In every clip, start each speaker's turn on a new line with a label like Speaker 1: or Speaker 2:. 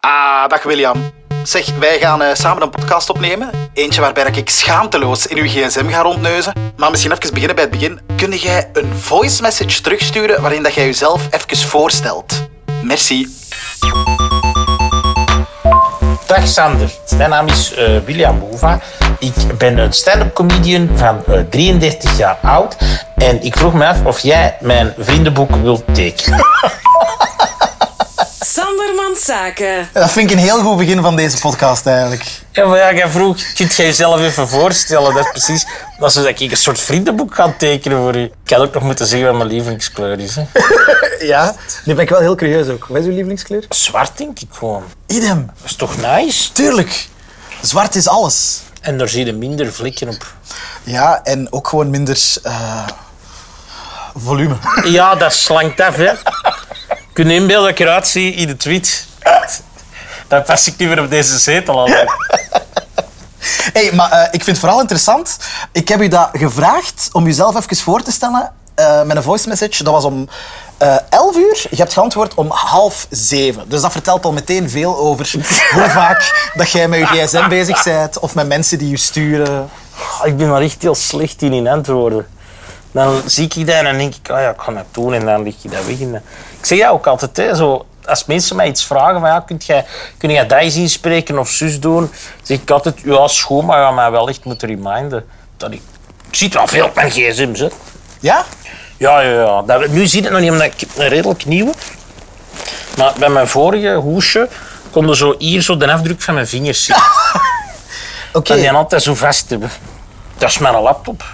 Speaker 1: Ja, Ah, dag William. Zeg, wij gaan eh, samen een podcast opnemen. Eentje waarbij ik schaamteloos in uw gsm ga rondneuzen. Maar misschien even beginnen bij het begin. Kun jij een voice message terugsturen waarin dat jij jezelf even voorstelt? Merci.
Speaker 2: Dag Sander, mijn naam is eh, William Boeva. Ik ben een stand-up comedian van eh, 33 jaar oud. En ik vroeg me af of jij mijn vriendenboek wilt tekenen.
Speaker 3: Sanderman Zaken.
Speaker 1: Dat vind ik een heel goed begin van deze podcast eigenlijk.
Speaker 2: Ja, maar ja, jij vroeg, kunt jij jezelf even voorstellen? Dat is precies dat is dat ik een soort vriendenboek ga tekenen voor u. Ik had ook nog moeten zeggen wat mijn lievelingskleur is. Hè.
Speaker 4: Ja, nu ben ik wel heel curieus ook. Wat is uw lievelingskleur?
Speaker 2: Zwart denk ik gewoon.
Speaker 1: Idem,
Speaker 2: Dat is toch nice?
Speaker 1: tuurlijk. Zwart is alles.
Speaker 2: En daar zie je minder vlekken op.
Speaker 1: Ja, en ook gewoon minder eh, volume.
Speaker 2: Ja, dat slankt af, hè. Kun je inbeelden dat ik eruit zie in de tweet? Dan pas ik niet meer op deze zetel aan.
Speaker 1: hey, maar eh, ik vind het vooral interessant. Ik heb u dat gevraagd om uzelf even voor te stellen eh, met een voice message. Dat was om eh 11 uur. Je hebt geantwoord om half zeven. Dus dat vertelt al meteen veel over hoe vaak dat jij met je gsm bezig bent of met mensen die je sturen.
Speaker 2: Ah, Ik ben daar echt heel slecht in, in antwoorden. Dan zie ik dat en dan denk ik, ah ja, ik ga dat doen en dan lig je dat weg. En dan- Ik zeg ja ook altijd, hè, zo, als mensen mij iets vragen, van, ja, kunt jij, kun jij dat eens inspreken of zus doen? zeg ik altijd, ja, schoon, maar ga mij wel echt moeten reminden. Dat ik, ik zit wel veel op mijn gsm's, hè.
Speaker 1: Ja?
Speaker 2: Ja, ja, ja. Dat, nu zie je het nog niet, omdat ik heb een redelijk nieuwe. Maar bij mijn vorige hoesje konden zo hier zo de afdruk van mijn vingers zien.
Speaker 1: Oké.
Speaker 2: Dat die altijd zo vast hebben. Dat is mijn laptop.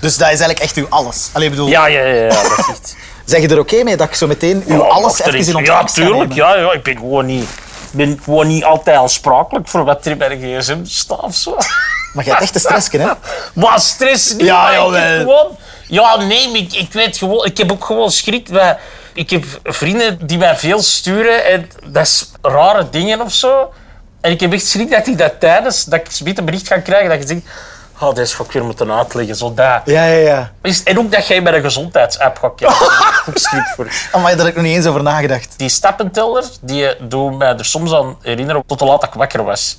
Speaker 1: Dus dat is eigenlijk echt uw alles. Allee, ik bedoel,
Speaker 2: Ja, ja, ja, ja, dat is echt...
Speaker 1: zeg je er oké mee dat ik zo meteen uw
Speaker 2: Ja,
Speaker 1: alles
Speaker 2: of er
Speaker 1: even
Speaker 2: is-
Speaker 1: in
Speaker 2: Ja,
Speaker 1: ontvangst ga
Speaker 2: tuurlijk.
Speaker 1: nemen?
Speaker 2: Ja, ja, ik ben gewoon niet... ik ben gewoon niet altijd aansprakelijk voor wat er bij de gsm staat of zo.
Speaker 1: Maar jij hebt echt een stressje, hè?
Speaker 2: Maar stress niet.
Speaker 1: Ja,
Speaker 2: maar ik heb
Speaker 1: jawel.
Speaker 2: gewoon- Ja, nee, ik, ik weet gewoon... Ik heb ook gewoon schrik. bij- Ik heb vrienden die mij veel sturen en dat is rare dingen of zo. En ik heb echt schrik dat ik dat tijdens... Dat ik zometeen een bericht ga krijgen dat je denkt... Oh, deze ga ik weer moeten uitleggen, zo dat.
Speaker 1: Ja, ja, ja.
Speaker 2: Is- En ook dat jij bij de gezondheidsapp gaat kijken. Daar heb ik schrik voor.
Speaker 1: Amai, daar heb ik nog niet eens over nagedacht.
Speaker 2: Die stappenteller, die doet mij er soms aan herinneren tot hoe laat ik wakker was.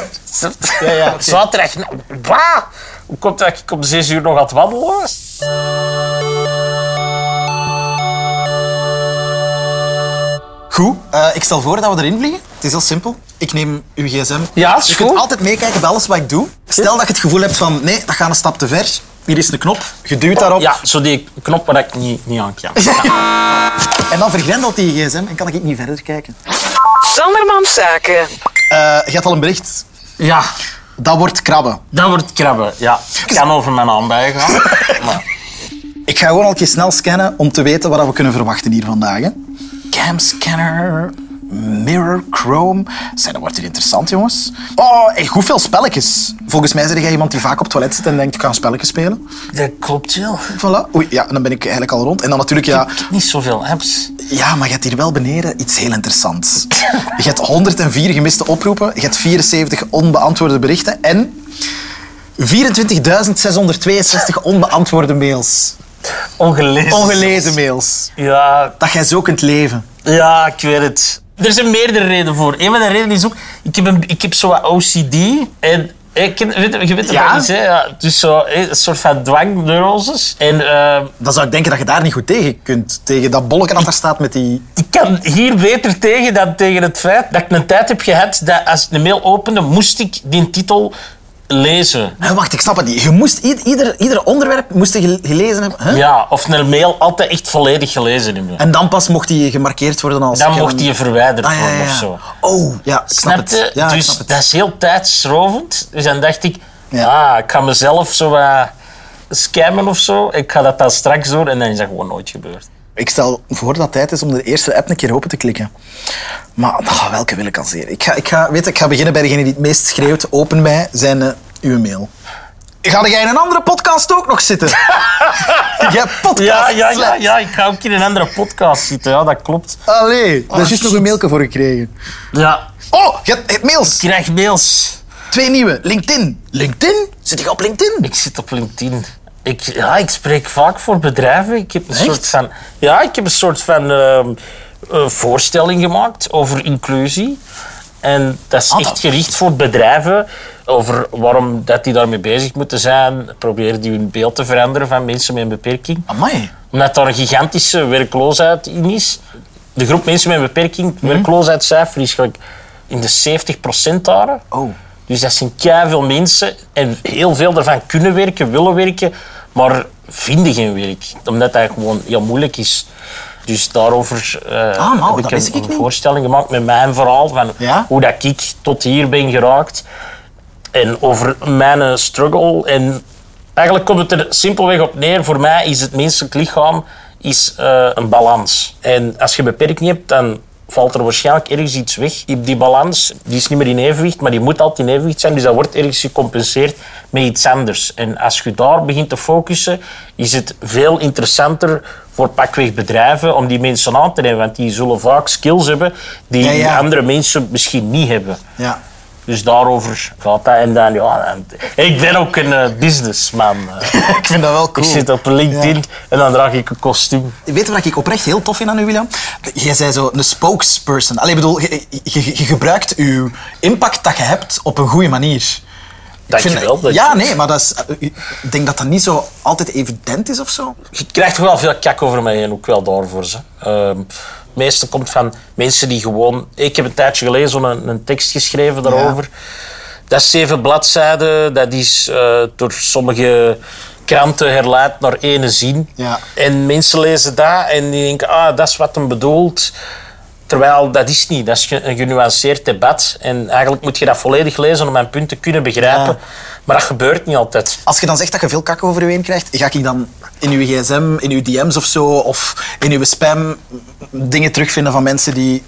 Speaker 1: Ja, ja, oké.
Speaker 2: Zaterdag, nou, bah! Hoe komt dat ik om zes uur nog aan het wandelen was?
Speaker 1: Goed. Eh, ik stel voor dat we erin vliegen. Het is heel simpel. Ik neem uw gsm.
Speaker 2: Ja, is
Speaker 1: je
Speaker 2: goed.
Speaker 1: kunt altijd meekijken bij alles wat ik doe. Stel dat je het gevoel hebt van, nee, dat gaat een stap te ver. Hier is een knop. Je duwt daarop.
Speaker 2: Ja, zo die knop waar ik niet, niet aan kan.
Speaker 1: En dan vergrendelt die gsm en kan ik niet verder kijken.
Speaker 3: Sanderman Zaken.
Speaker 1: Eh, je hebt al een bericht.
Speaker 2: Ja,
Speaker 1: Dat wordt krabben.
Speaker 2: dat wordt krabben. Ja, ik kan over mijn naam bijgaan. Maar
Speaker 1: Ik ga gewoon al een keer snel scannen om te weten wat we kunnen verwachten hier vandaag. hè. Cam scanner, mirror, chrome. Zeg, dat wordt hier interessant, jongens. Oh, echt goed veel spelletjes. Volgens mij ben jij iemand die vaak op het toilet zit en denkt, ik ga een spelletje spelen.
Speaker 2: dat klopt wel.
Speaker 1: Voilà. Oei, ja, dan ben ik eigenlijk al rond. En dan natuurlijk, ja...
Speaker 2: Ik heb niet zoveel apps.
Speaker 1: Ja, maar je hebt hier wel beneden iets heel interessants. Je hebt 104 gemiste oproepen, je hebt 74 onbeantwoorde berichten en... 24.662 onbeantwoorde mails.
Speaker 2: Ongelezen.
Speaker 1: Ongelezen mails.
Speaker 2: Ja,
Speaker 1: Dat jij zo kunt leven.
Speaker 2: Ja, ik weet het. Er zijn meerdere redenen voor. Een van de redenen is ook, ik heb, een, ik heb zo wat OCD en... Ik ken- weet, je weet het
Speaker 1: Ja?
Speaker 2: wel eens, hè? Ja, dus zo, hè, een soort van dwangneuroses. En ehm,
Speaker 1: Dan zou ik denken dat je daar niet goed tegen kunt. Tegen dat bolletje dat daar staat met die...
Speaker 2: ik kan hier beter tegen dan tegen het feit dat ik een tijd heb gehad dat als ik de mail opende, moest ik die titel lezen.
Speaker 1: Hè, wacht, ik snap het niet. Je moest ied- ieder, ieder onderwerp moest je gel- gelezen hebben. hè?
Speaker 2: Ja, of een mail altijd echt volledig gelezen hebben.
Speaker 1: En dan pas mocht die gemarkeerd worden als...
Speaker 2: Dan
Speaker 1: Kevin-
Speaker 2: mocht die verwijderd
Speaker 1: Ah, ja, ja,
Speaker 2: worden
Speaker 1: ja.
Speaker 2: of zo.
Speaker 1: Oh, ja, ik snap
Speaker 2: Snap je?
Speaker 1: het. Ja, ik
Speaker 2: dus
Speaker 1: snap het.
Speaker 2: dat is heel tijdsrovend. Dus dan dacht ik,
Speaker 1: Ja.
Speaker 2: ah, ik ga mezelf zo wat scammen of zo. Ik ga dat dan straks doen en dan is dat gewoon nooit gebeurd.
Speaker 1: Ik stel voor dat het tijd is om de eerste app een keer open te klikken. Maar ah, welke wil ik al zeer? Ik ga, ik, ga, weet, je, ik ga beginnen bij degene die het meest schreeuwt. Open mij zijn eh, uw mail. Ga jij in een andere podcast ook nog zitten? jij podcast
Speaker 2: Ja, ja, ja, ja, ik ga ook in een andere podcast zitten. Ja, dat klopt.
Speaker 1: Allee,
Speaker 2: Ah,
Speaker 1: daar is juist nog een mailje voor gekregen.
Speaker 2: Ja,
Speaker 1: Oh, je hebt je hebt mails.
Speaker 2: ik krijg mails.
Speaker 1: Twee nieuwe. LinkedIn. LinkedIn? Zit je op LinkedIn?
Speaker 2: Ik zit op LinkedIn. Ik, ja, ik spreek vaak voor bedrijven. Ik heb een
Speaker 1: Echt?
Speaker 2: soort van, ja, ik heb een soort van ehm, eh, voorstelling gemaakt over inclusie. En dat is
Speaker 1: Ah,
Speaker 2: echt
Speaker 1: dat-
Speaker 2: gericht voor bedrijven over waarom dat die daarmee bezig moeten zijn. Proberen die hun beeld te veranderen van mensen met een beperking.
Speaker 1: Amai.
Speaker 2: Omdat daar een gigantische werkloosheid in is. De groep mensen met een beperking,
Speaker 1: Mhm.
Speaker 2: werkloosheidscijfer is gelijk in de 70% daar.
Speaker 1: Oh.
Speaker 2: Dus dat zijn veel mensen en heel veel daarvan kunnen werken, willen werken, maar vinden geen werk. Omdat dat gewoon heel moeilijk is. Dus daarover eh,
Speaker 1: nou,
Speaker 2: heb
Speaker 1: dat
Speaker 2: ik
Speaker 1: wist
Speaker 2: een,
Speaker 1: ik
Speaker 2: een
Speaker 1: niet.
Speaker 2: voorstelling gemaakt met mijn verhaal van
Speaker 1: Ja?
Speaker 2: hoe dat ik tot hier ben geraakt. En over mijn eh, struggle. En eigenlijk komt het er simpelweg op neer. Voor mij is het menselijk lichaam is, eh, een balans. En als je beperking hebt, dan valt er waarschijnlijk ergens iets weg. Die die balans die is niet meer in evenwicht, maar die moet altijd in evenwicht zijn. Dus dat wordt ergens gecompenseerd met iets anders. En als je daar begint te focussen, is het veel interessanter voor pakweg bedrijven om die mensen aan te nemen. Want die zullen vaak skills hebben die
Speaker 1: Ja, ja.
Speaker 2: andere mensen misschien niet hebben.
Speaker 1: Ja.
Speaker 2: Dus daarover gaat dat. En dan, ja, en- ik ben ook een eh, businessman. eh.
Speaker 1: ik vind dat wel cool.
Speaker 2: Ik zit op LinkedIn en dan draag ik een kostuum.
Speaker 1: Weet je wat ik oprecht heel tof vind aan u, William? Jij zei zo een spokesperson. Allee, ik bedoel, je, je- je- je gebruikt uw impact dat je hebt op een goede manier. Ik vind-
Speaker 2: Dankjewel. dat-
Speaker 1: Ja, nee, maar dat is, eh, ik denk dat dat niet zo altijd evident is of zo.
Speaker 2: Je krijgt toch wel veel kak over mij en ook wel daarvoor. Ze. Ehm, het meeste komt van mensen die gewoon... Ik heb een tijdje geleden zo'n een, een tekst geschreven daarover. Dat is zeven bladzijden. Dat is eh, door sommige kranten herleid naar ene zin.
Speaker 1: Ja.
Speaker 2: En mensen lezen dat en die denken, ah, dat is wat hem bedoelt. Terwijl dat is niet. Dat is ge- een genuanceerd debat. En eigenlijk moet je dat volledig lezen om mijn punt te kunnen begrijpen. Maar dat gebeurt niet altijd.
Speaker 1: Als je dan zegt dat je veel kak over je heen krijgt, ga ik dan in uw gsm, in uw DM's of zo, of in uw spam dingen terugvinden van mensen die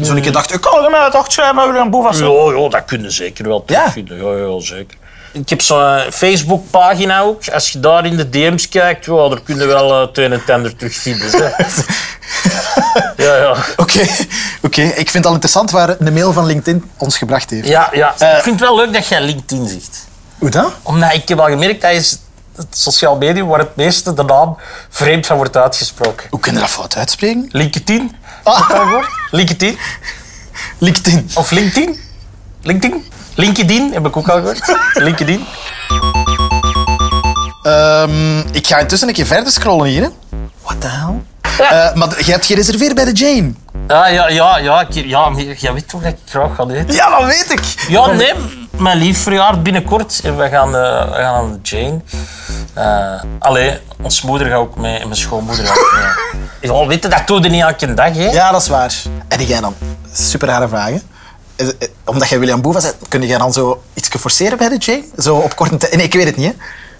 Speaker 1: zo'n keer dachten, ik kan hem uit acht schrijven, William Boeva.
Speaker 2: Ja, ja, dat kunnen zeker wel terugvinden. Ja? Ja, zeker. Ik heb zo'n Facebookpagina ook. Als je daar in de DM's kijkt, ja, daar kunnen we wel eh, het een en het ander terugvinden. zeg. ja, ja.
Speaker 1: Oké, oké. ik vind het al interessant waar de mail van LinkedIn ons gebracht heeft.
Speaker 2: ja, ja. ik vind het wel leuk dat jij LinkedIn zegt.
Speaker 1: Hoe dat?
Speaker 2: Omdat ik heb al gemerkt, dat is het sociaal medium waar het meeste de naam vreemd van wordt uitgesproken.
Speaker 1: Hoe kun je dat fout uitspreken?
Speaker 2: LinkedIn?
Speaker 1: Ah,
Speaker 2: LinkedIn?
Speaker 1: LinkedIn.
Speaker 2: Of LinkedIn? LinkedIn? LinkedIn heb ik ook al gehoord. LinkedIn.
Speaker 1: Ehm, ik ga intussen een keer verder scrollen hier. hè. What the hell? Eh, maar d- je hebt gereserveerd bij de Jane.
Speaker 2: Ah, ja, ja, ja. Ik, ja, maar jij weet toch dat ik graag ga eten?
Speaker 1: Ja, dat weet ik.
Speaker 2: Ja, nee, mijn lief verjaart binnenkort en we gaan, eh, we gaan aan de Jane. Eh allee, ons moeder gaat ook mee en mijn schoonmoeder gaat ook mee. Ja, weet je, dat doe je niet elke dag, hè?
Speaker 1: Ja, dat is waar. En jij dan? Super rare vragen. Eh, eh, Omdat jij William Boeva bent, kun jij dan zo iets forceren bij de Jane? Zo op korte tijd? Nee, ik weet het niet. hè.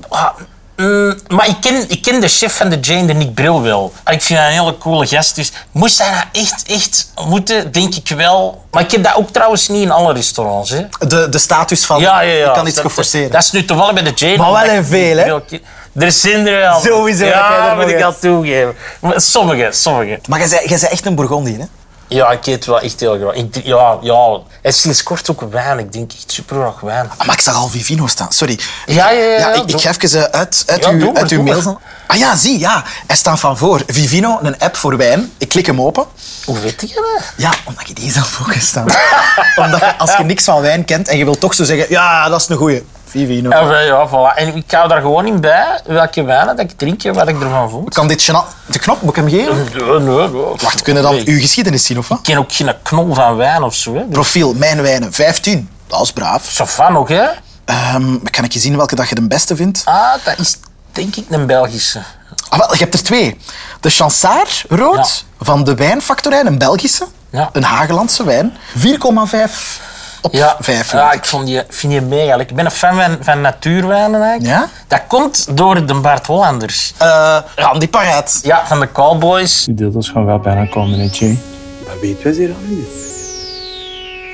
Speaker 2: Ah, mm, maar ik ken, ik ken de chef van de Jane, de Nick Bril, wel. En ik vind hij een hele coole gast. Dus moest hij dat echt, echt moeten, denk ik wel. Maar ik heb dat ook trouwens niet in alle restaurants, hè?
Speaker 1: De, de status van
Speaker 2: Ja, ja, ja.
Speaker 1: ik kan iets
Speaker 2: Dat-
Speaker 1: geforceerd.
Speaker 2: Dat is nu toevallig bij de Jane.
Speaker 1: Maar wel
Speaker 2: omdat
Speaker 1: in
Speaker 2: ik-
Speaker 1: veel, hè?
Speaker 2: ik- Er zijn er wel.
Speaker 1: Sowieso, dat jij er
Speaker 2: Ja,
Speaker 1: nog
Speaker 2: moet ik
Speaker 1: hebt.
Speaker 2: al toegeven. Maar Sommige, sommige.
Speaker 1: Maar jij zei- jij zei echt een Bourgondië, hè?
Speaker 2: Ja, ik eet wel echt heel graag. Ik drink- ja, ja. En sinds kort ook wijn. Ik denk echt super graag wijn.
Speaker 1: Ah, maar ik zag al Vivino staan, sorry.
Speaker 2: Ja, ja, ja, ja,
Speaker 1: ik, ik
Speaker 2: doe-
Speaker 1: ga even eh, uit, uit,
Speaker 2: Ja,
Speaker 1: uw,
Speaker 2: doe maar,
Speaker 1: uit uw
Speaker 2: doe maar.
Speaker 1: mail. dan. Ah ja, zie, ja. Er staan van voor. Vivino, een app voor wijn. Ik klik hem open.
Speaker 2: Hoe weet je dat?
Speaker 1: Ja, omdat je die zelf ook staan. omdat je, als je niks van wijn kent en je wilt toch zo zeggen, ja, dat is een goeie. Vivino.
Speaker 2: Ja, wel, ja, voilà. En ik hou daar gewoon in bij welke wijn dat ik drink en wat ik ervan vond.
Speaker 1: Dus Kan dit gena- De knop, moet ik hem geven?
Speaker 2: Nee, nee, nee.
Speaker 1: Wacht, kunnen we dan
Speaker 2: Nee,
Speaker 1: uw geschiedenis zien, of wat?
Speaker 2: Ik ken ook geen knol van wijn of zo. Hè. Dus
Speaker 1: Profiel, mijn wijnen, 15. Dat is braaf.
Speaker 2: zo van nog, hè?
Speaker 1: Ehm, kan ik je zien welke dat je de beste vindt?
Speaker 2: Ah, dat is denk ik een Belgische.
Speaker 1: Ah, wel, je hebt er twee. De Chansard rood van de wijnfactorij, een Belgische.
Speaker 2: Ja.
Speaker 1: Een Hagelandse wijn. 4,5 op
Speaker 2: Ja,
Speaker 1: 5.
Speaker 2: ja ik vond die, vind die mega lekker. Ik ben een fan van, van natuurwijnen eigenlijk.
Speaker 1: Ja?
Speaker 2: Dat komt door de Bart Hollanders.
Speaker 1: Eh, Randy Paraat.
Speaker 2: Ja, van de Cowboys.
Speaker 5: Die deelt ons gewoon wel bijna komen, hè, Jay.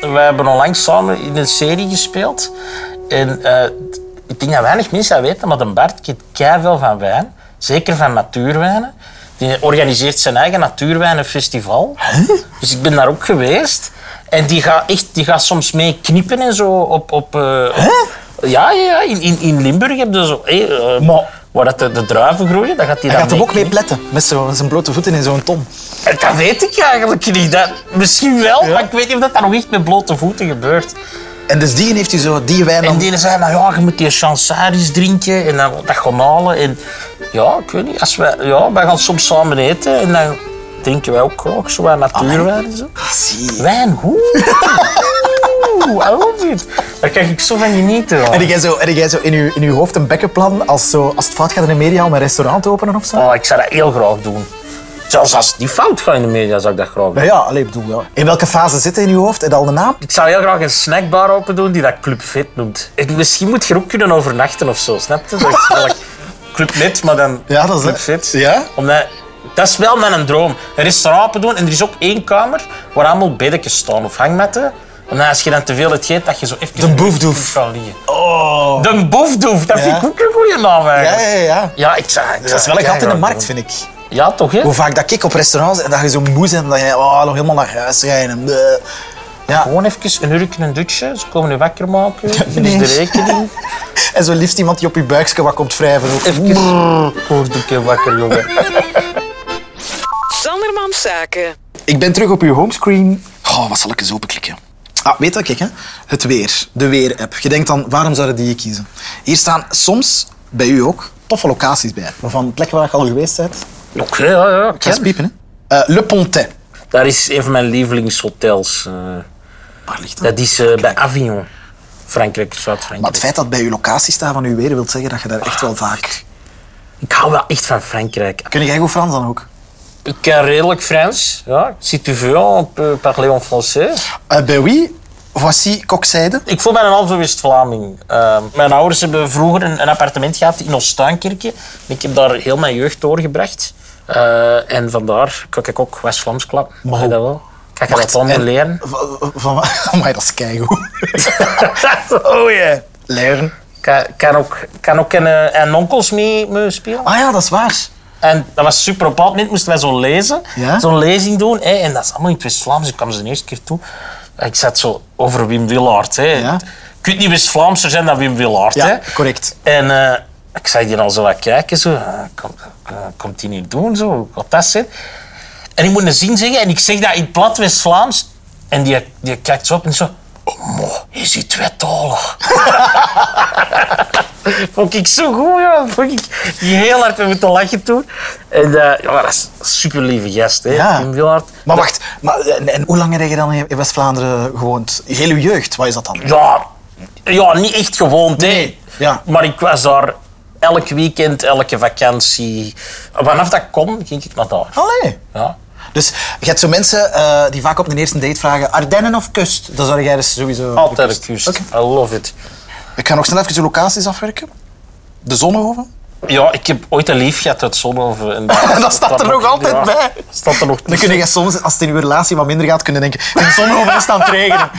Speaker 2: We hebben onlangs samen in een serie gespeeld. En eh, ik denk dat weinig mensen dat weten, maar de Bart kent keiveel van wijn. Zeker van natuurwijnen. Die organiseert zijn eigen natuurwijnenfestival. Dus ik ben daar ook geweest. En die gaat, echt, die gaat soms mee knippen en zo op... op eh, op- ja, ja, ja, in, in, in Limburg heb je zo... eh, eh,
Speaker 1: Maar-
Speaker 2: waar dat de, de druiven groeien, dan gaat hij
Speaker 1: Hij
Speaker 2: dat
Speaker 1: gaat hem ook mee
Speaker 2: meeknippen.
Speaker 1: pletten, met zo- zijn blote voeten in zo'n ton.
Speaker 2: Dat weet ik eigenlijk niet. Dat, misschien wel, maar ik weet niet of dat daar nog echt met blote voeten gebeurt.
Speaker 1: En dus die heeft hij zo, die wijn
Speaker 2: En
Speaker 1: dan...
Speaker 2: die zei, nou ja, je moet die chansaris drinken en dan dat gaan halen. En ja, ik weet niet, als wij, ja, wij gaan soms samen eten en dan drinken wij ook, ook zo wat natuurwijn en zo.
Speaker 1: Zie.
Speaker 2: Wijn, oeh, oeh, I love it. Daar krijg ik zo van genieten. hoor.
Speaker 1: En jij zo, en jij zo in, uw, in uw hoofd een bekkenplan als, zo, als het fout gaat in de media om een restaurant te openen of zo?
Speaker 2: Oh, ik zou dat heel graag doen. Zelfs als die fout gaat in de media, zou ik dat graag doen.
Speaker 1: Ja, ja, allee, ik bedoel, ja. In welke fase zit het in uw hoofd? En al de naam?
Speaker 2: Ik zou heel graag een snackbar open doen die dat Club Fit noemt. Ik- misschien moet je er ook kunnen overnachten of zo, snap je? Zo iets van, like, Club Net, maar dan
Speaker 1: Ja, dat is-
Speaker 2: Club Fit.
Speaker 1: ja.
Speaker 2: Omdat, dat is wel mijn droom. Een restaurant open doen en er is ook één kamer waar allemaal beddekjes staan of hangmatten. Omdat als je dan te veel het geeft, dat je zo even...
Speaker 1: De boefdoef.
Speaker 2: kan liggen.
Speaker 1: Oh.
Speaker 2: De boefdoef, dat vind ik ook een goede naam
Speaker 1: Ja,
Speaker 2: eigenlijk.
Speaker 1: ja, ja.
Speaker 2: Ja, ik zou...
Speaker 1: Dat is wel een gat in de markt, vind ik.
Speaker 2: Ja, toch, hè?
Speaker 1: Hoe vaak dat ik op restaurants en dat je zo moe bent en dat je oh, nog helemaal naar huis rijdt. En, bleh. ja.
Speaker 2: Gewoon even een hurk en een dutje. Ze komen je wakker maken. Dit is
Speaker 1: nee.
Speaker 2: de rekening.
Speaker 1: en zo liefst iemand die op je buikje wat komt wrijven. Ook.
Speaker 2: Even koordoekje wakker, jongen.
Speaker 3: Sandermans Zaken.
Speaker 1: Ik ben terug op uw homescreen. Oh, wat zal ik eens openklikken? Ah, weet wat ik, hè? Het weer. De weer-app. Je denkt dan, waarom zouden die je kiezen? Hier staan soms, bij u ook, toffe locaties bij. Waarvan plekken waar je al geweest bent.
Speaker 2: Oké, ja, ja, ik
Speaker 1: Ga eens
Speaker 2: ken.
Speaker 1: piepen, hè? Eh, Le Pontet.
Speaker 2: Daar is een van mijn lievelingshotels. eh,
Speaker 1: Waar ligt dat?
Speaker 2: dat is eh, bij Avignon, Frankrijk,
Speaker 1: Maar het
Speaker 2: Zuid-Frankrijk.
Speaker 1: feit dat bij uw locatie staat van uw weer, wil zeggen dat je daar echt wel vaak...
Speaker 2: Ik hou wel echt van Frankrijk.
Speaker 1: Kun jij goed Frans dan ook?
Speaker 2: Ik ken redelijk Frans. Ja. Si tu veux, on peut parler en eh, français.
Speaker 1: Eh ben oui, voici Kokzijde.
Speaker 2: Ik voel mij een halve West-Vlaming. Eh, mijn ouders hebben vroeger een, een appartement gehad in Oostduinkerke. En Ik heb daar heel mijn jeugd doorgebracht. Eh, en vandaar, kijk ik ook West-Vlaams klap. Mag je dat wel? Kan je dat
Speaker 1: Wacht,
Speaker 2: allemaal
Speaker 1: en-
Speaker 2: leren?
Speaker 1: Van, van, amai, dat is keigoed.
Speaker 2: oh ja.
Speaker 1: Leren.
Speaker 2: Kan, kan ook, kan ook een, eh, een onkels mee, mee spelen.
Speaker 1: Ah ja, dat is waar.
Speaker 2: En dat was super. Op een bepaald moment moesten wij zo lezen.
Speaker 1: Ja?
Speaker 2: Zo'n lezing doen. Hè, en dat is allemaal in het West-Vlaams. Dus Ik kwam ze de eerste keer toe. Ik zat zo over Wim Willaert. Hè.
Speaker 1: Ja.
Speaker 2: Je kunt niet West-Vlaamser zijn dan Wim Willaert.
Speaker 1: Ja,
Speaker 2: hè.
Speaker 1: correct.
Speaker 2: En eh, ik zag die al zo wat kijken. Zo. eh, Kom, eh, komt die nu doen? Zo. Wat dat zijn? En ik moet een zin zeggen. En ik zeg dat in plat West-Vlaams. En die, die kijkt zo op en zo... Oh, mo, je ziet twee talen. Vond ik zo goed, ja. Vond ik heel hard mee moeten lachen toen. En eh, ja, dat is een super lieve gast, hè.
Speaker 1: Ja.
Speaker 2: Wim Willaert.
Speaker 1: Maar wacht, maar, en, en hoe lang heb je dan in West-Vlaanderen gewoond? Heel uw jeugd, wat is dat dan?
Speaker 2: Ja, ja, niet echt gewoond, hè.
Speaker 1: ja.
Speaker 2: Maar ik was daar elk weekend, elke vakantie. Vanaf dat ik kon, ging ik naar daar.
Speaker 1: Allee.
Speaker 2: Ja.
Speaker 1: Dus je hebt zo mensen eh, die vaak op de eerste date vragen Ardennen of kust? Dan zou jij dus sowieso...
Speaker 2: Altijd een kust. I love it.
Speaker 1: Ik ga nog snel even de locaties afwerken. De Zonnehoven.
Speaker 2: Ja, ik heb ooit een lief gehad uit Zonhoven. En
Speaker 1: Dat staat er nog altijd bij.
Speaker 2: Dat staat er nog
Speaker 1: Dan kun je soms, als het in uw relatie wat minder gaat, kunnen denken in Zonnehoven is het aan het regenen.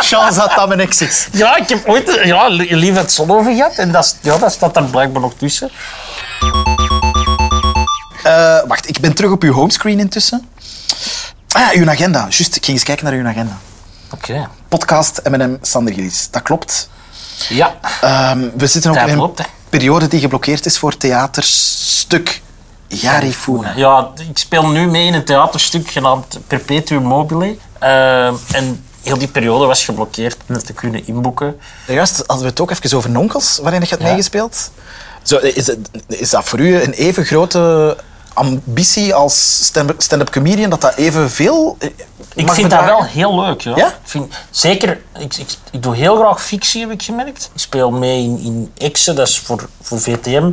Speaker 1: Chance dat dat mijn ex is.
Speaker 2: Ja, ik heb ooit eh, ja, li- lief het Zonhoven gehad. En dat, is- ja, dat staat er blijkbaar nog tussen.
Speaker 1: Eh, wacht, ik ben terug op uw homescreen intussen. Ah, uw agenda. Juist, ik ging eens kijken naar uw agenda.
Speaker 2: Oké.
Speaker 1: Podcast M&M Sander Gillis. Dat klopt.
Speaker 2: Ja.
Speaker 1: Ehm, we zitten ook
Speaker 2: Dat
Speaker 1: in een
Speaker 2: klopt, hè.
Speaker 1: periode die geblokkeerd is voor theaterstuk Jarifuna.
Speaker 2: Ja, ik speel nu mee in een theaterstuk genaamd Perpetuum Mobile. Eh, en heel die periode was geblokkeerd om het te kunnen inboeken.
Speaker 1: Juist hadden we het ook even over Nonkels, waarin je hebt meegespeeld. Zo, is, het- is dat voor u een even grote ambitie als stand- stand-up comedian, dat dat evenveel eh,
Speaker 2: Ik
Speaker 1: mag
Speaker 2: vind dat
Speaker 1: bedragen?
Speaker 2: wel heel leuk. Ja?
Speaker 1: Ja?
Speaker 2: Ik vind, zeker, ik, ik, ik doe heel graag fictie, heb ik gemerkt. Ik speel mee in, in Exe, dat is voor, voor VTM.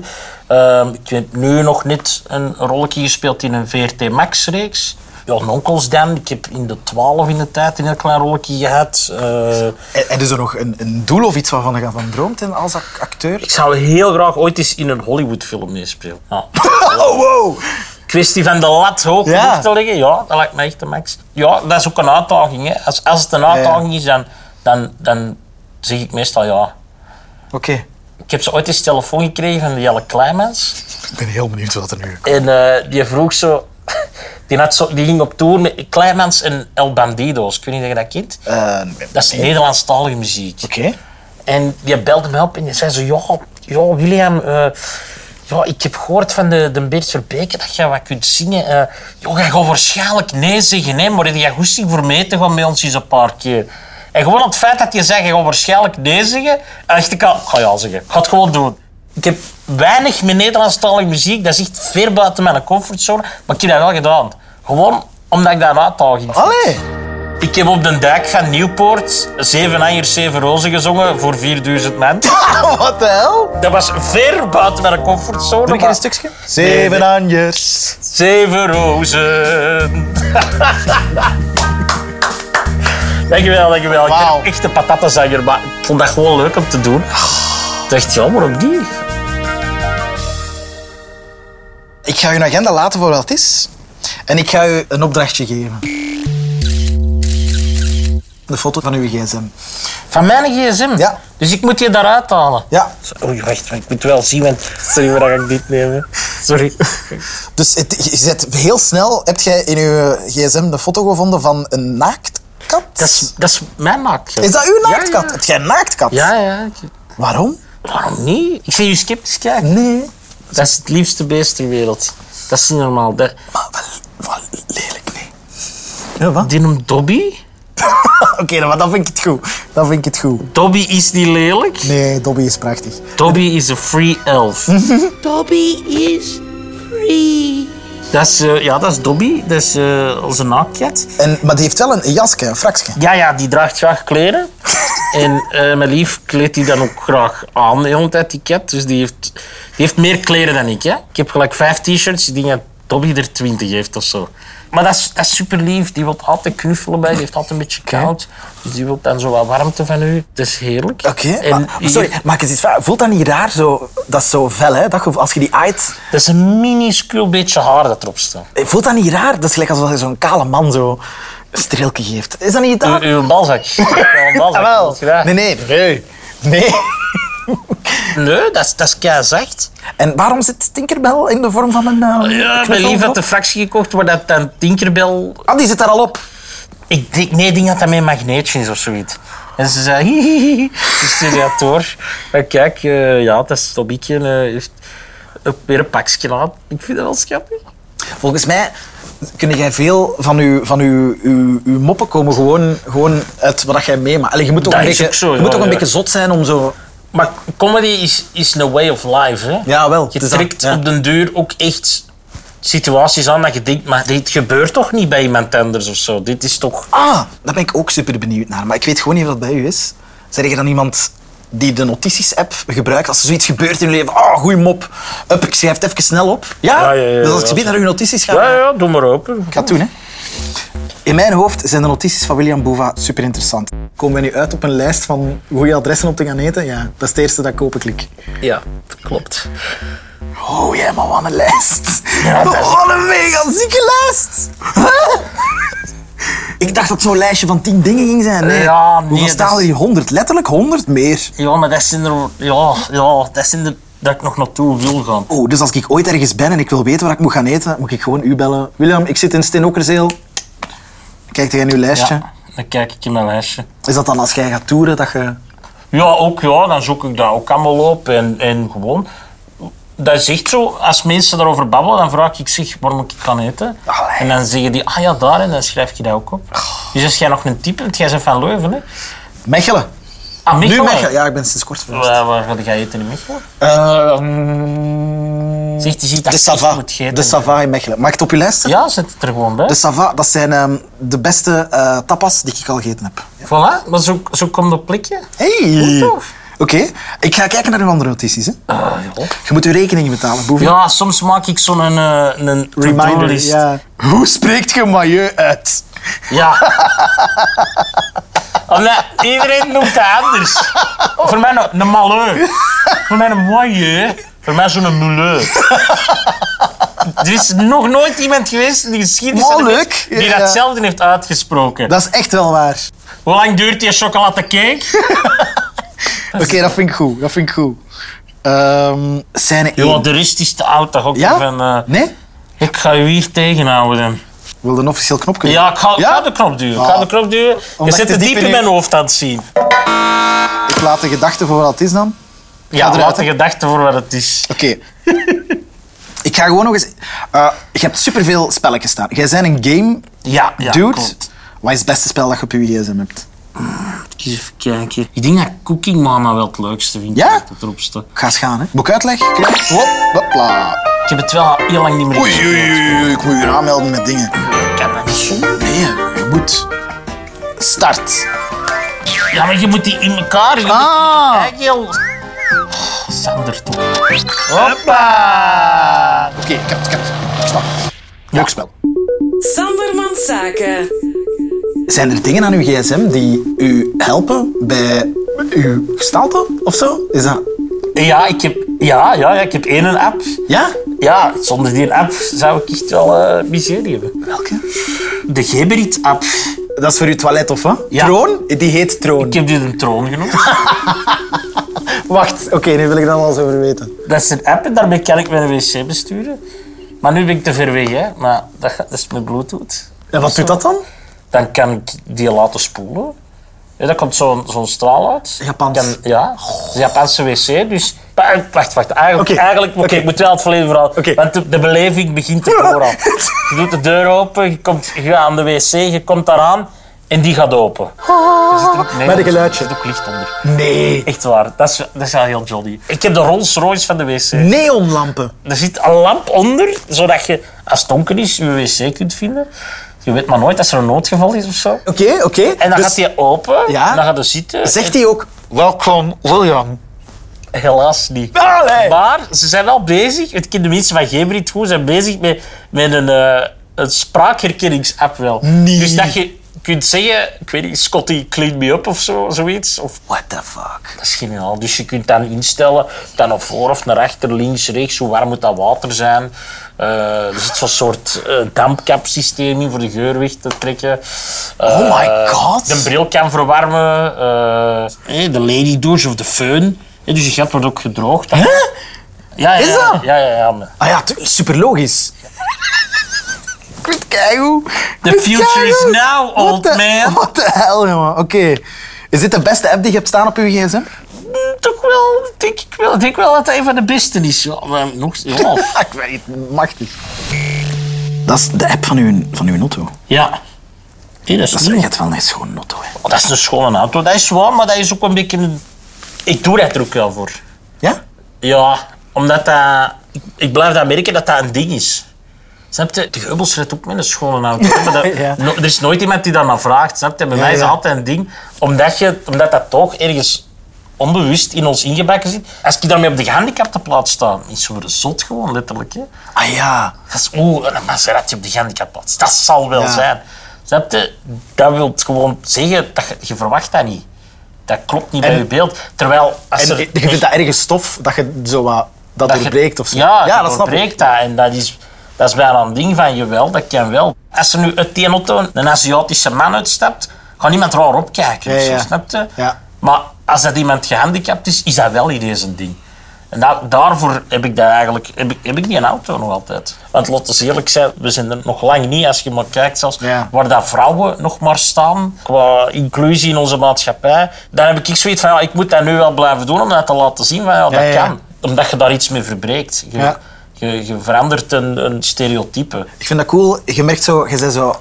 Speaker 2: Ehm, ik heb nu nog net een rolletje gespeeld in een VRT Max-reeks. Ja, Nonkels dan. Ik heb in de 12 in de tijd een heel klein rolletje gehad. Eh,
Speaker 1: En, en is er nog een, een doel of iets waarvan je van droomt in als ac- acteur?
Speaker 2: ik zou heel graag ooit eens in een Hollywood-film meespelen. Ja.
Speaker 1: Oh, wow!
Speaker 2: kwestie van de lat hoog
Speaker 1: Ja.
Speaker 2: genoeg te leggen, ja, dat lijkt me echt de max. Ja, dat is ook een uitdaging. Hè. Als, als het een uitdaging is, dan, dan, dan zeg ik meestal ja.
Speaker 1: Oké,
Speaker 2: Ik heb ze ooit eens telefoon gekregen van de Jelle Kleimans.
Speaker 1: ik ben heel benieuwd wat er nu komt.
Speaker 2: En eh, die vroeg zo... Die, had zo, die ging op tour met Kleimans en El Bandido's. Ik weet niet of je dat kent.
Speaker 1: Eh,
Speaker 2: Dat is Nederlandstalige muziek.
Speaker 1: Oké.
Speaker 2: En die belde me op en die zei zo, ja, ja William, eh, Ja, ik heb gehoord van de, de Bert Verbeke dat je wat kunt zingen. Eh ja, jij gaat waarschijnlijk nee zeggen, hè, maar heb je goesting voor mee te gaan met ons eens een paar keer? En gewoon het feit dat je zegt, je gaat waarschijnlijk nee zeggen, eh, dacht ik al, ga ja zeggen. Ga het gewoon doen. Ik heb weinig met Nederlandstalige muziek, dat is echt ver buiten mijn comfortzone, maar ik heb dat wel gedaan. Gewoon omdat ik daar een uitdaging vind.
Speaker 1: Allee.
Speaker 2: Ik heb op de dijk van Nieuwpoort Zeven Anjers, Zeven Rozen gezongen voor 4000 man.
Speaker 1: Wat de hel?
Speaker 2: Dat was ver buiten mijn comfortzone.
Speaker 1: Doe ik
Speaker 2: maar-
Speaker 1: een stukje? Zeven anjers.
Speaker 2: Zeven rozen. dankjewel, dankjewel. Ik ben
Speaker 1: Wauw.
Speaker 2: een echte patatenzanger, maar ik vond dat gewoon leuk om te doen. Ik dacht, ja, waarom niet?
Speaker 1: Ik ga je agenda laten voor wat het is. En ik ga je een opdrachtje geven. De foto van uw gsm.
Speaker 2: Van mijn gsm?
Speaker 1: Ja.
Speaker 2: Dus ik moet je daaruit halen?
Speaker 1: Ja,
Speaker 2: Oei, wacht, maar ik moet wel zien, want... Sorry, maar dan ga ik dit nemen. Sorry.
Speaker 1: dus het, je zet heel snel... Heb jij in uw gsm de foto gevonden van een naaktkat?
Speaker 2: Dat is, dat is mijn maak.
Speaker 1: Is dat uw naaktkat?
Speaker 2: Ja,
Speaker 1: Heb jij een naaktkat?
Speaker 2: ja. ja, ja. Ik-
Speaker 1: Waarom?
Speaker 2: Waarom niet? Ik zie je sceptisch kijken.
Speaker 1: Nee.
Speaker 2: Dat is het liefste beest ter wereld. Dat is niet normaal. Dat,
Speaker 1: Maar wel, wel lelijk, nee. Ja, wat?
Speaker 2: die noemt Dobby.
Speaker 1: Oké, dan, maar dan vind ik het goed. Dan vind ik het goed.
Speaker 2: Dobby is niet lelijk.
Speaker 1: Nee, Dobby is prachtig.
Speaker 2: Dobby is een free elf.
Speaker 6: Dobby is free.
Speaker 2: dat, is, eh, ja, dat is Dobby. Dat is eh, onze naaktkat.
Speaker 1: En, maar die heeft wel een jasje, een fraksje.
Speaker 2: Ja, ja, die draagt graag kleren. en eh, mijn lief kleedt die dan ook graag aan, de hele tijd, die kat. Dus die heeft, die heeft meer kleren dan ik. Hè? Ik heb gelijk vijf t-shirts. Ik denk dat Dobby er twintig heeft of zo. Maar dat is, dat is super lief. Die wil altijd knuffelen bij. Die heeft altijd een beetje koud. Dus die wil dan zo wat warmte van u. Dat is heerlijk.
Speaker 1: Oké,
Speaker 2: En
Speaker 1: maar- maar
Speaker 2: hier-
Speaker 1: sorry, maar ik het iets vragen? voelt dat niet raar? Zo, dat is zo fel, hè? Dat je, als je die aait, eh,
Speaker 2: Dat is een minuscuul beetje haar dat erop staat.
Speaker 1: voelt dat niet raar? Dat is gelijk alsof je zo'n kale man zo een streelke geeft. Is dat niet
Speaker 2: U-
Speaker 1: raar?
Speaker 2: Uw balzak. Uw balzak.
Speaker 1: Jawel.
Speaker 2: dat is gedaan.
Speaker 1: Ah, Nee, nee, nee. Nee.
Speaker 2: Nee, dat is, dat is kei zacht.
Speaker 1: En waarom zit Tinkerbell in de vorm van een... eh,
Speaker 2: Ah, Ja, ik ben
Speaker 1: knuffel
Speaker 2: lief dat
Speaker 1: op?
Speaker 2: de fractie gekocht wordt dat dan Tinkerbell...
Speaker 1: Ah, die zit daar al op.
Speaker 2: Ik denk, nee, ik denk dat dat met een magneetje is of zoiets. En ze zei, hihihi, ze stuurde dat door. Maar kijk, eh, ja, dat stobiekje eh heeft ook weer een pakje aan. Ik vind dat wel schattig.
Speaker 1: Volgens mij kunnen jij veel van uw, van uw, uw, uw moppen komen gewoon, gewoon uit wat jij meemaakt. Allee, je moet ook
Speaker 2: Dat
Speaker 1: een,
Speaker 2: is
Speaker 1: beetje,
Speaker 2: ook zo,
Speaker 1: je
Speaker 2: ja,
Speaker 1: moet ook een
Speaker 2: ja.
Speaker 1: beetje zot zijn om zo...
Speaker 2: Maar comedy is, is een way of life, hè?
Speaker 1: Ja, wel. het
Speaker 2: Je
Speaker 1: is dat,
Speaker 2: trekt
Speaker 1: ja.
Speaker 2: op den duur ook echt situaties aan dat je denkt, maar dit gebeurt toch niet bij iemand anders of zo? Dit is toch...
Speaker 1: Ah, daar ben ik ook super benieuwd naar. Maar ik weet gewoon niet wat dat bij u is. Zijn je dan iemand die de notities-app gebruikt als er zoiets gebeurt in uw leven? Ah, goeie mop. Up, ik schrijf het even snel op. Ja?
Speaker 2: Ja, ja, ja,
Speaker 1: dus als
Speaker 2: ja.
Speaker 1: ik gebied naar uw notities ga,
Speaker 2: Ja, ja, doe maar open.
Speaker 1: ik ga het doen, hè. In mijn hoofd zijn de notities van William Boeva super interessant. Komen we nu uit op een lijst van goede adressen om te gaan eten? Ja, dat is het eerste dat ik openklik.
Speaker 2: Ja, dat klopt.
Speaker 1: Oh ja, maar wat een lijst. Oh, Wat een mega zieke lijst. Huh? Ik dacht dat zo'n lijstje van tien dingen ging zijn. Nee.
Speaker 2: Ja, nee,
Speaker 1: Hoeveel
Speaker 2: dat
Speaker 1: staan er
Speaker 2: is-
Speaker 1: hier? Honderd? Letterlijk honderd meer.
Speaker 2: Ja, maar dat zijn er... Ja, ja dat zijn er... Dat ik nog naartoe wil gaan.
Speaker 1: Oh, dus als ik ooit ergens ben en ik wil weten waar ik moet gaan eten, moet ik gewoon u bellen. William, ik zit in Stenokerzeel. Kijk tegen uw lijstje.
Speaker 2: Ja, dan kijk ik in mijn lijstje.
Speaker 1: Is dat dan als jij gaat toeren dat je...
Speaker 2: Ja, ook ja, dan zoek ik dat ook allemaal op. En, en gewoon... Dat is echt zo, als mensen daarover babbelen, dan vraag ik zich waarom ik kan eten.
Speaker 1: Allee.
Speaker 2: En dan zeggen die, ah ja, daar, en dan schrijf je dat ook op. Dus als jij nog een type hebt, jij bent van Leuven, hè?
Speaker 1: Mechelen.
Speaker 2: Ah,
Speaker 1: Nu
Speaker 2: Mechelen.
Speaker 1: Mechelen. Ja, ik ben sinds kort verhuisd.
Speaker 2: Waar, waar ga je eten in Mechelen?
Speaker 1: Ehm,
Speaker 2: Zegt hij ziet dat
Speaker 1: de
Speaker 2: ik echt
Speaker 1: Sava.
Speaker 2: moet eten.
Speaker 1: De Sava in Mechelen. Mag ik het op je lijst zetten?
Speaker 2: Ja, zet het er gewoon bij.
Speaker 1: De Sava, Eh, dat zijn ehm, de beste eh, tapas die ik al gegeten heb.
Speaker 2: Voilà, maar zo, zo komt dat plekje.
Speaker 1: Hey.
Speaker 2: Goed,
Speaker 1: Oké,
Speaker 2: toch?
Speaker 1: ik ga kijken naar uw andere notities. Hè.
Speaker 2: Ah, ja.
Speaker 1: Je moet uw rekening betalen, boven.
Speaker 2: Ja, soms maak ik zo'n eh, een to-do-list. Ja.
Speaker 1: ja. Hoe spreekt je maillot uit?
Speaker 2: Omdat iedereen noemt het anders. Voor mij een, een malheur. Voor mij een moyeur. Voor mij zo'n mouleur. Er is nog nooit iemand geweest in de geschiedenis van de
Speaker 1: Moeilijk,
Speaker 2: mens die
Speaker 1: ja.
Speaker 2: datzelfde heeft uitgesproken.
Speaker 1: Dat is echt wel waar.
Speaker 2: Hoe lang duurt die chocoladecake?
Speaker 1: Oké, dat vind ik goed. Dat vind ik goed. Ehm scène
Speaker 2: Ja,
Speaker 1: 1.
Speaker 2: de rest is te oud. toch ook
Speaker 1: Ja?
Speaker 2: van, eh,
Speaker 1: Nee?
Speaker 2: ik ga u hier tegenhouden.
Speaker 1: Wil een officieel knopje?
Speaker 2: Ja, ik ga, ik
Speaker 1: Ja?
Speaker 2: ga de knop duwen. Ik ga de knop duwen. Je
Speaker 1: Omdat
Speaker 2: zit
Speaker 1: ik
Speaker 2: het
Speaker 1: te
Speaker 2: diep
Speaker 1: diep
Speaker 2: in
Speaker 1: in-
Speaker 2: mijn hoofd aan het zien.
Speaker 1: Ik laat de gedachte voor wat het is dan.
Speaker 2: Ja,
Speaker 1: eruit,
Speaker 2: laat de
Speaker 1: hè.
Speaker 2: gedachte voor wat het is.
Speaker 1: Oké. ik ga gewoon nog eens... eh, je hebt superveel spelletjes staan. Jij bent een game
Speaker 2: Ja, ja
Speaker 1: dude.
Speaker 2: klopt.
Speaker 1: Wat is het beste spel dat je op je gsm hebt?
Speaker 2: Ik eens even kijken. Ik denk dat Cooking Mama wel het leukste vind.
Speaker 1: Ja?
Speaker 2: Dat erop staat.
Speaker 1: Ga eens gaan, hè. Boek uitleg. Kijk. Hop, hopla.
Speaker 2: Ik heb het wel al heel lang niet meer
Speaker 1: Oei, oei, oei, oei, ik moet je aanmelden met dingen.
Speaker 2: Ik heb dat zo.
Speaker 1: Nee, je moet... Start.
Speaker 2: Ja, maar je moet die in elkaar... Je
Speaker 1: Ah.
Speaker 2: moet- Kijk, heel... Oh, Sander toch. Hoppa!
Speaker 1: Oké, ik heb het, ik heb het. Ik snap het. Leuk spel.
Speaker 3: Sandermans Zaken.
Speaker 1: Zijn er dingen aan uw gsm die u helpen bij uw gestalte of zo? Is dat...
Speaker 2: Ja, ik heb... Ja, ja, ja, ik heb één een app.
Speaker 1: Ja?
Speaker 2: Ja, zonder die app zou ik echt wel eh, miserie hebben.
Speaker 1: Welke?
Speaker 2: De Geberit-app.
Speaker 1: Dat is voor uw toilet of wat?
Speaker 2: Ja.
Speaker 1: Troon? Die heet troon.
Speaker 2: Ik heb dit een troon genoemd.
Speaker 1: Wacht, oké, nu wil ik dan alles over weten.
Speaker 2: Dat is een app en daarmee kan ik mijn wc besturen. Maar nu ben ik te ver weg, hè. Maar dat, gaat- dat is met bluetooth.
Speaker 1: En wat doet dat dan?
Speaker 2: Dan kan ik die laten spoelen. Ja, daar komt zo'n zo'n straal uit.
Speaker 1: Japans.
Speaker 2: Kan- ja, het is een Japanse wc. Dus... Maar, Wacht, wacht. Eigenlijk,
Speaker 1: Oké.
Speaker 2: eigenlijk oké,
Speaker 1: Oké.
Speaker 2: ik moet wel het verleden verhaal.
Speaker 1: Oké.
Speaker 2: Want de, de beleving begint te vooraan. je doet de deur open, je, komt, je gaat aan de wc, je komt daaraan en die gaat open. Er zit ook-
Speaker 1: Met
Speaker 2: nee,
Speaker 1: een
Speaker 2: er zit-
Speaker 1: geluidje.
Speaker 2: Er zit ook licht onder.
Speaker 1: Nee.
Speaker 2: Echt waar, dat is, dat is wel heel jolly. Ik heb de Rolls Royce van de wc.
Speaker 1: Neonlampen.
Speaker 2: Er zit een lamp onder, zodat je als het donker is, je wc kunt vinden. Je weet maar nooit als er een noodgeval is of zo.
Speaker 1: Oké, oké.
Speaker 2: En dan
Speaker 1: Dus
Speaker 2: gaat hij open,
Speaker 1: Ja.
Speaker 2: en dan gaat hij zitten.
Speaker 1: Zegt hij ook...
Speaker 2: Welkom, William. Helaas niet.
Speaker 1: Allee.
Speaker 2: Maar ze zijn wel bezig, het kind de mensen van Gebrit goed, zijn bezig met, met een, eh, een spraakherkenningsapp wel.
Speaker 1: Nee.
Speaker 2: Dus dat je kunt zeggen, ik weet niet, Scotty, clean me up of zo, zoiets. Of
Speaker 1: What the fuck?
Speaker 2: dat is geniaal. Dus je kunt dan instellen, dan naar voor of naar achter, links, rechts, hoe warm moet dat water zijn. Eh, er zit zo'n soort eh, dampkapsysteem in voor de geur weg te trekken.
Speaker 1: Oh my
Speaker 2: Eh,
Speaker 1: God.
Speaker 2: De bril kan verwarmen. eh, eh, de lady douche of de föhn. Eh, dus je gat wordt ook gedroogd.
Speaker 1: Hè?
Speaker 2: Ja, ja,
Speaker 1: Is
Speaker 2: ja.
Speaker 1: dat?
Speaker 2: Ja, ja, ja. maar-
Speaker 1: Ah ja, super logisch. ik weet keigoed. Ik
Speaker 2: The
Speaker 1: weet
Speaker 2: future is
Speaker 1: keigoed.
Speaker 2: now,
Speaker 1: What
Speaker 2: old
Speaker 1: the-
Speaker 2: man.
Speaker 1: What the hell, jongen. Oké. Is dit de beste app die je hebt staan op je gsm?
Speaker 2: Hmm, Toch wel, denk ik wel. Ik denk wel dat dat een van de beste is. Ja, maar nog, ja.
Speaker 1: ik weet het, machtig. Dat is de app van uw, van uw auto.
Speaker 2: ja. Nee, dat is
Speaker 1: Dat is
Speaker 2: nieuw.
Speaker 1: echt wel een schoon auto. Hè.
Speaker 2: Oh, Dat is een schone auto, dat is waar, maar dat is ook een beetje... een- Ik doe dat er ook wel voor.
Speaker 1: Ja?
Speaker 2: Ja, omdat dat... ik- Ik blijf dat merken dat dat een ding is. Snap je? De Geubels rijdt ook met een schone auto. hè, maar dat-
Speaker 1: Ja.
Speaker 2: no- er is nooit iemand die daar naar vraagt. Snap je? Bij
Speaker 1: Ja,
Speaker 2: mij is dat
Speaker 1: ja.
Speaker 2: altijd een ding. Omdat, je, omdat dat toch ergens onbewust in ons ingebakken zit. Als ik daarmee op de gehandicapte plaats sta, is voor de zot gewoon, letterlijk. Hè?
Speaker 1: Ah ja.
Speaker 2: Dat is, oeh, een Maserati op de gehandicaptplaats. Dat zal wel
Speaker 1: Ja.
Speaker 2: zijn. Snap je? Dat wil gewoon zeggen, dat je, je verwacht dat niet. Dat klopt niet bij je beeld. Terwijl... Als
Speaker 1: En
Speaker 2: er
Speaker 1: je vindt dat ergens stof, dat je zo wat... Dat,
Speaker 2: je-
Speaker 1: doorbreekt of zo.
Speaker 2: Ja, dat
Speaker 1: dat snap ik.
Speaker 2: doorbreekt dat. En dat is, dat is bijna een ding van, jawel, dat kan wel. Als er nu uit die auto een Aziatische man uitstapt, gaat niemand raar opkijken. of
Speaker 1: Ja,
Speaker 2: zo,
Speaker 1: ja.
Speaker 2: Snap je?
Speaker 1: Ja.
Speaker 2: Maar als dat iemand gehandicapt is, is dat wel ineens een ding. En da- daarvoor heb ik, dat eigenlijk, heb, ik, heb ik die auto nog altijd. Want laten we eerlijk zijn, we zijn er nog lang niet, als je maar kijkt zelfs,
Speaker 1: Ja.
Speaker 2: waar dat vrouwen nog maar staan, qua inclusie in onze maatschappij. Dan heb ik zoiets van, ja, ik moet dat nu wel blijven doen om dat te laten zien, van, ja, dat
Speaker 1: Ja, ja, ja.
Speaker 2: kan. Omdat je daar iets mee verbreekt. Je,
Speaker 1: Ja.
Speaker 2: je, je verandert een, een stereotype.
Speaker 1: Ik vind dat cool. Je merkt zo, je bent zo.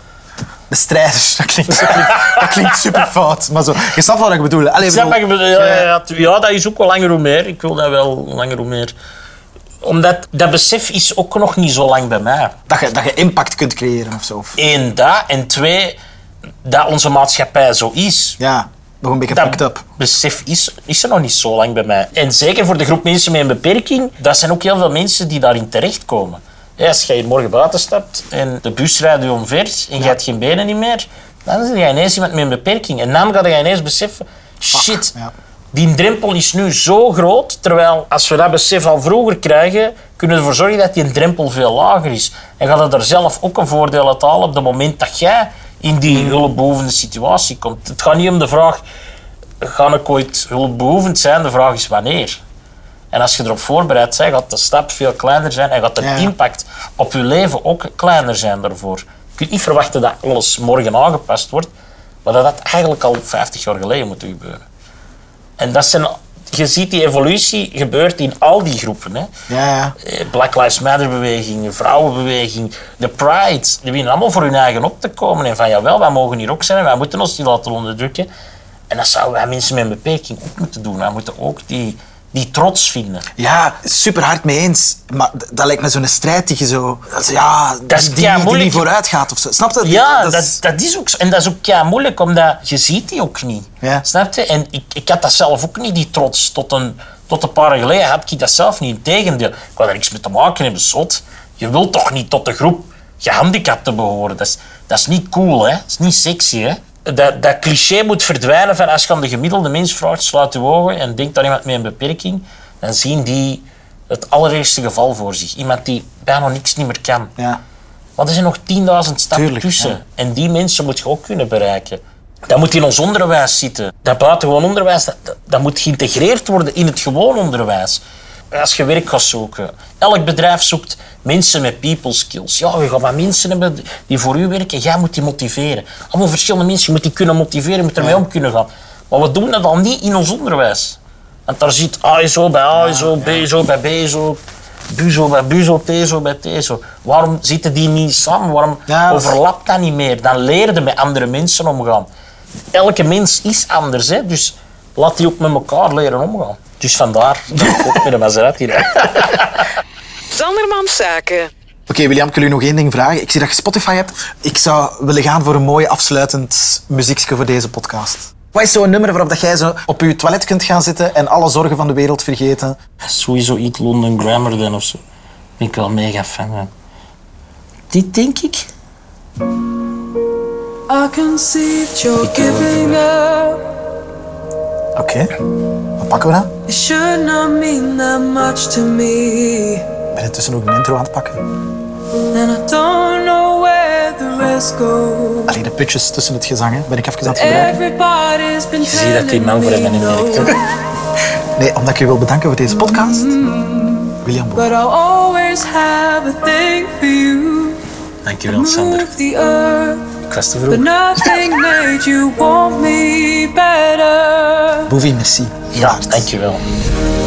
Speaker 1: De strijders, dat klinkt, dat klinkt, dat klinkt super fout. Maar zo, je snapt wat ik bedoel. Allee,
Speaker 2: Ik snap wat
Speaker 1: bedoel
Speaker 2: je bedoelt. Ja, ja, ja, tu- ja, dat is ook wel langer hoe meer. Ik wil dat wel langer hoe meer. Omdat dat besef is ook nog niet zo lang bij mij.
Speaker 1: dat, je, dat je impact kunt creëren of zo. Of-
Speaker 2: Eén, dat. En twee, dat onze maatschappij zo is.
Speaker 1: Ja, nog een beetje fucked up.
Speaker 2: besef is, is er nog niet zo lang bij mij. En zeker voor de groep mensen met een beperking, dat zijn ook heel veel mensen die daarin terechtkomen. Ja, als jij hier morgen buiten stapt en de bus rijdt je omver en je hebt geen benen niet meer, dan is je ineens iemand met een beperking. En dan ga je ineens beseffen, shit,
Speaker 1: ja.
Speaker 2: die drempel is nu zo groot, terwijl als we dat besef al vroeger krijgen, kunnen we ervoor zorgen dat die drempel veel lager is. En gaat het er zelf ook een voordeel uit halen op het moment dat jij in die
Speaker 1: Mm.
Speaker 2: hulpbehoevende situatie komt. Het gaat niet om de vraag, ga ik ooit hulpbehoevend zijn? De vraag is wanneer. En als je erop voorbereid bent, gaat de stap veel kleiner zijn en gaat de
Speaker 1: Ja, ja.
Speaker 2: impact op je leven ook kleiner zijn daarvoor. Je kunt niet verwachten dat alles morgen aangepast wordt, maar dat had eigenlijk al 50 jaar geleden moeten gebeuren. En dat zijn je ziet die evolutie gebeurt in al die groepen. Hè.
Speaker 1: Ja, ja.
Speaker 2: Eh, Black Lives Matter-beweging, de vrouwenbeweging, de Pride. Die beginnen allemaal voor hun eigen op te komen. En van, jawel, wij mogen hier ook zijn en wij moeten ons niet laten onderdrukken. En dat zouden wij mensen met een beperking ook moeten doen. Wij moeten ook die, die trots vinden.
Speaker 1: Ja, super hard mee eens. Maar d- dat lijkt me zo'n strijd die je zo. dat is- Ja,
Speaker 2: Dat is
Speaker 1: die, die,
Speaker 2: kei-moeilijk.
Speaker 1: niet vooruit gaat of zo. Snap je?
Speaker 2: Ja, dat,
Speaker 1: is-
Speaker 2: dat, is ook zo. En dat is ook ja, moeilijk, omdat je ziet die ook niet.
Speaker 1: Ja.
Speaker 2: Snap je? En ik, ik had dat zelf ook niet, die trots. Tot een, tot een paar jaar geleden had ik dat zelf niet. Integendeel, ik wou daar niks mee te maken hebben, zot. Je wilt toch niet tot de groep gehandicapten behoren? Dat is, dat is niet cool, hè? Dat is niet sexy, hè? Dat, dat cliché moet verdwijnen van als je aan de gemiddelde mens vraagt, sluit je ogen en denkt aan iemand met een beperking, dan zien die het allereerste geval voor zich. Iemand die bijna niks niet meer kan.
Speaker 1: ja.
Speaker 2: Want er zijn nog 10.000 stappen
Speaker 1: Tuurlijk,
Speaker 2: tussen.
Speaker 1: ja.
Speaker 2: En die mensen moet je ook kunnen bereiken. Dat moet in ons onderwijs zitten. Dat buitengewoon onderwijs, dat, dat, dat moet geïntegreerd worden in het gewoon onderwijs. Als je werk gaat zoeken. Elk bedrijf zoekt mensen met people skills. Ja, je gaat maar mensen hebben die voor u werken. Jij moet die motiveren. Allemaal verschillende mensen. Je moet die kunnen motiveren. Je moet ermee om kunnen gaan. Maar we doen dat al niet in ons onderwijs. Want daar zit A zo bij A zo, B zo bij B zo. Buzo bij Buzo, Tezo bij Tezo. Waarom zitten die niet samen? Waarom
Speaker 1: Ja, dat is-
Speaker 2: overlapt dat niet meer? Dan leer je met andere mensen omgaan. Elke mens is anders, hè? dus laat die ook met elkaar leren omgaan. Dus vandaar dat ik ook met een Maserati rijd.
Speaker 3: Sandermans Zaken.
Speaker 1: Oké, William, ik wil u nog één ding vragen. Ik zie dat je Spotify hebt. Ik zou willen gaan voor een mooi afsluitend muziekje voor deze podcast. Wat is zo'n nummer waarop dat jij zo op je toilet kunt gaan zitten en alle zorgen van de wereld vergeten?
Speaker 2: Sowieso iets London Grammar dan of zo. Ben ik wel mega fan van. Dit denk ik.
Speaker 3: I conceived your giving up.
Speaker 1: Oké, wat pakken we dan?
Speaker 3: It should not mean that much to me.
Speaker 1: Ik ben intussen ook een intro aan het pakken.
Speaker 3: And I don't know where the rest goes.
Speaker 1: Allee, de putjes tussen het gezang, hè. ben ik even aan
Speaker 2: Eh.
Speaker 1: het gebruiken.
Speaker 3: Everybody's been
Speaker 2: Je ziet dat die man voor hem
Speaker 3: telling
Speaker 2: in
Speaker 3: me no,
Speaker 2: werkt.
Speaker 1: Nee, omdat ik u wil bedanken voor deze podcast. William Boer.
Speaker 3: But I'll always have a thing for you.
Speaker 2: Dankjewel, Sander.
Speaker 3: Move the earth,
Speaker 2: Ik was te
Speaker 3: but
Speaker 2: vroeg.
Speaker 3: nothing made you want me better.
Speaker 1: Boevie, merci.
Speaker 2: Ja, dankjewel.